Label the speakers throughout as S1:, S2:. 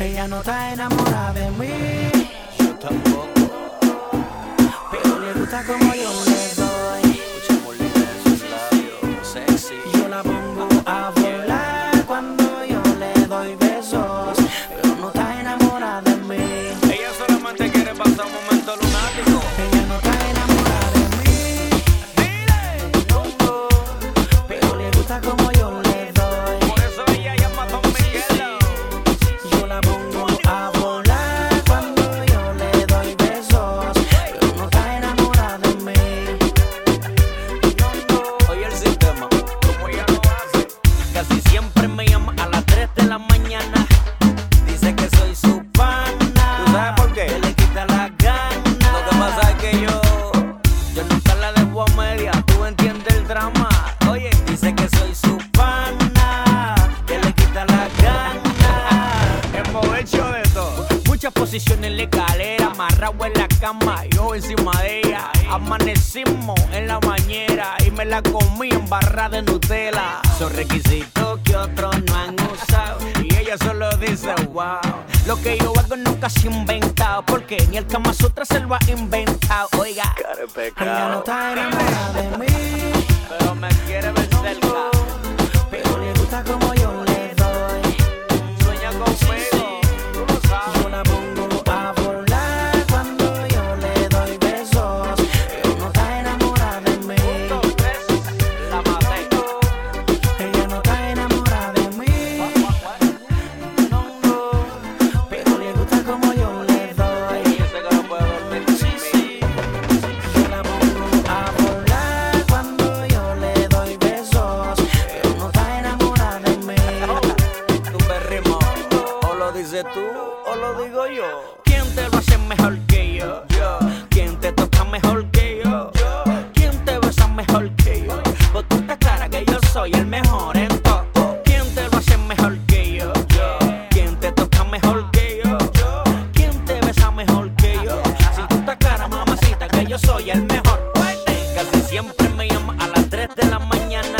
S1: está enamorada de mí.
S2: Yo tampoco.
S1: Pero le gusta como yo le doy.
S2: Escucha molir en sus labios. Sexy.
S1: Yo la pongo a volar cuando yo le doy besos. Pero no está enamorada de mí.
S2: Ella solamente quiere pasar un momento lunático.
S1: Ella no está enamorada de mí.
S2: Dile.
S1: No, no. Pero le gusta como yo le doy.
S2: Por eso ella llama a Don Miguelo.
S1: Yo la pongo a volar cuando yo le doy besos. Pero no está enamorada de mí.
S2: Oye el sistema, como ella lo hace.
S3: Casi siempre me llama a las 3 de la mañana. Dice que soy su pana.
S2: ¿Tú sabes por qué?
S3: Que le quita las ganas.
S2: Lo que pasa es que yo.
S3: Yo nunca la dejo a media. Tú entiendes el drama. Oye, dice que soy su pana. Que le quita las ganas.
S2: Hemos hecho de todo.
S3: Muchas posiciones en la escalera, amarrado en la cama, yo encima de ella. Amanecimos en la bañera y me la comí en barra de Nutella. Son requisitos que otros no han usado y ella solo dice wow. Lo que yo hago nunca se ha inventado porque ni el Kama Sutra se lo ha inventado. Oiga,
S2: Cara de
S1: Ella
S2: pecado.
S1: no está enamorada de mí.
S3: pero me quiere ver cerca,
S1: Pero le gusta como yo le doy.
S3: sueña conmigo, tú lo sabes.
S1: Yo la pongo a volar cuando yo le doy besos. Pero no está enamorada de mí.
S3: Dos veces la maté.
S1: Ella no está enamorada de mí. No, no. Pero le gusta como yo le doy.
S3: Yo sé que no puedo dormir sin mí.
S1: Yo la pongo a volar cuando yo le doy besos. Pero no está enamorada de mí.
S2: Tumbe ritmo. O lo dices tú, o lo digo yo.
S3: ¿Quién te lo hace mejor que yo?
S2: Yo.
S3: ¿Quién te toca mejor que yo?
S2: Yo.
S3: ¿Quién te besa mejor que yo? Pues tú estás clara que yo soy el mejor en todo. ¿Quién te lo hace mejor que yo?
S2: Yo.
S3: ¿Quién te toca mejor que yo?
S2: Yo.
S3: ¿Quién te besa mejor que yo? Si tú estás clara, mamacita, que yo soy el mejor. Casi siempre me llama a las 3 de la mañana.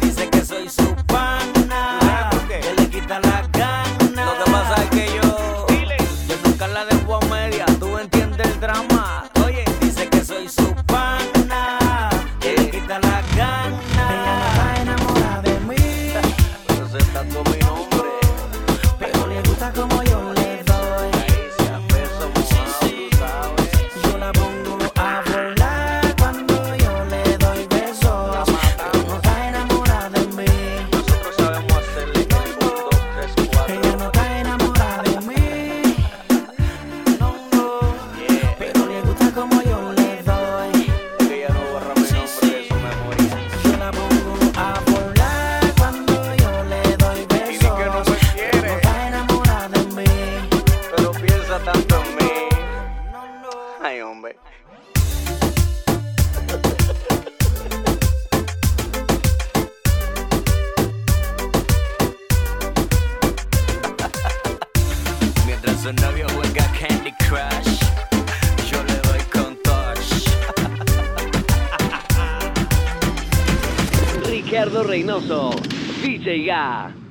S3: Dice que soy su pana.
S2: ¿Sabes por qué?
S3: Que le quita las ganas.
S2: Lo que pasa es que yo.
S3: Yo nunca la dejo a media, tú entiendes el drama. Oye, dice que soy su pana, que le quita las
S1: Ella no
S3: ganas.
S1: está enamorada de mí.
S2: Pero se tatuó mi nombre.
S1: Pero le gusta como yo le doy.
S2: Caricia, beso mojado, tú sabes.
S1: Yo la pongo a volar cuando yo le doy besos. Pero no está enamorada de mí.
S2: Nosotros sabemos hacerle un, dos, tres, cuatro.
S1: Ella no está enamorada de mí. No, no.
S2: Yeah.
S1: Pero le gusta como yo le doy.
S2: Es que ella no borra mi nombre de su memoria.
S1: Yo la pongo a volar cuando yo le doy besos.
S2: Y di que no me
S1: No
S2: quiere,
S1: está enamorada de mí.
S2: pero piensa tanto en mí. Ay, hombre.
S3: Mientras su novio juega Candy Crush, yo le doy con Tosh.
S4: Ricardo Reynoso, DJ Ga.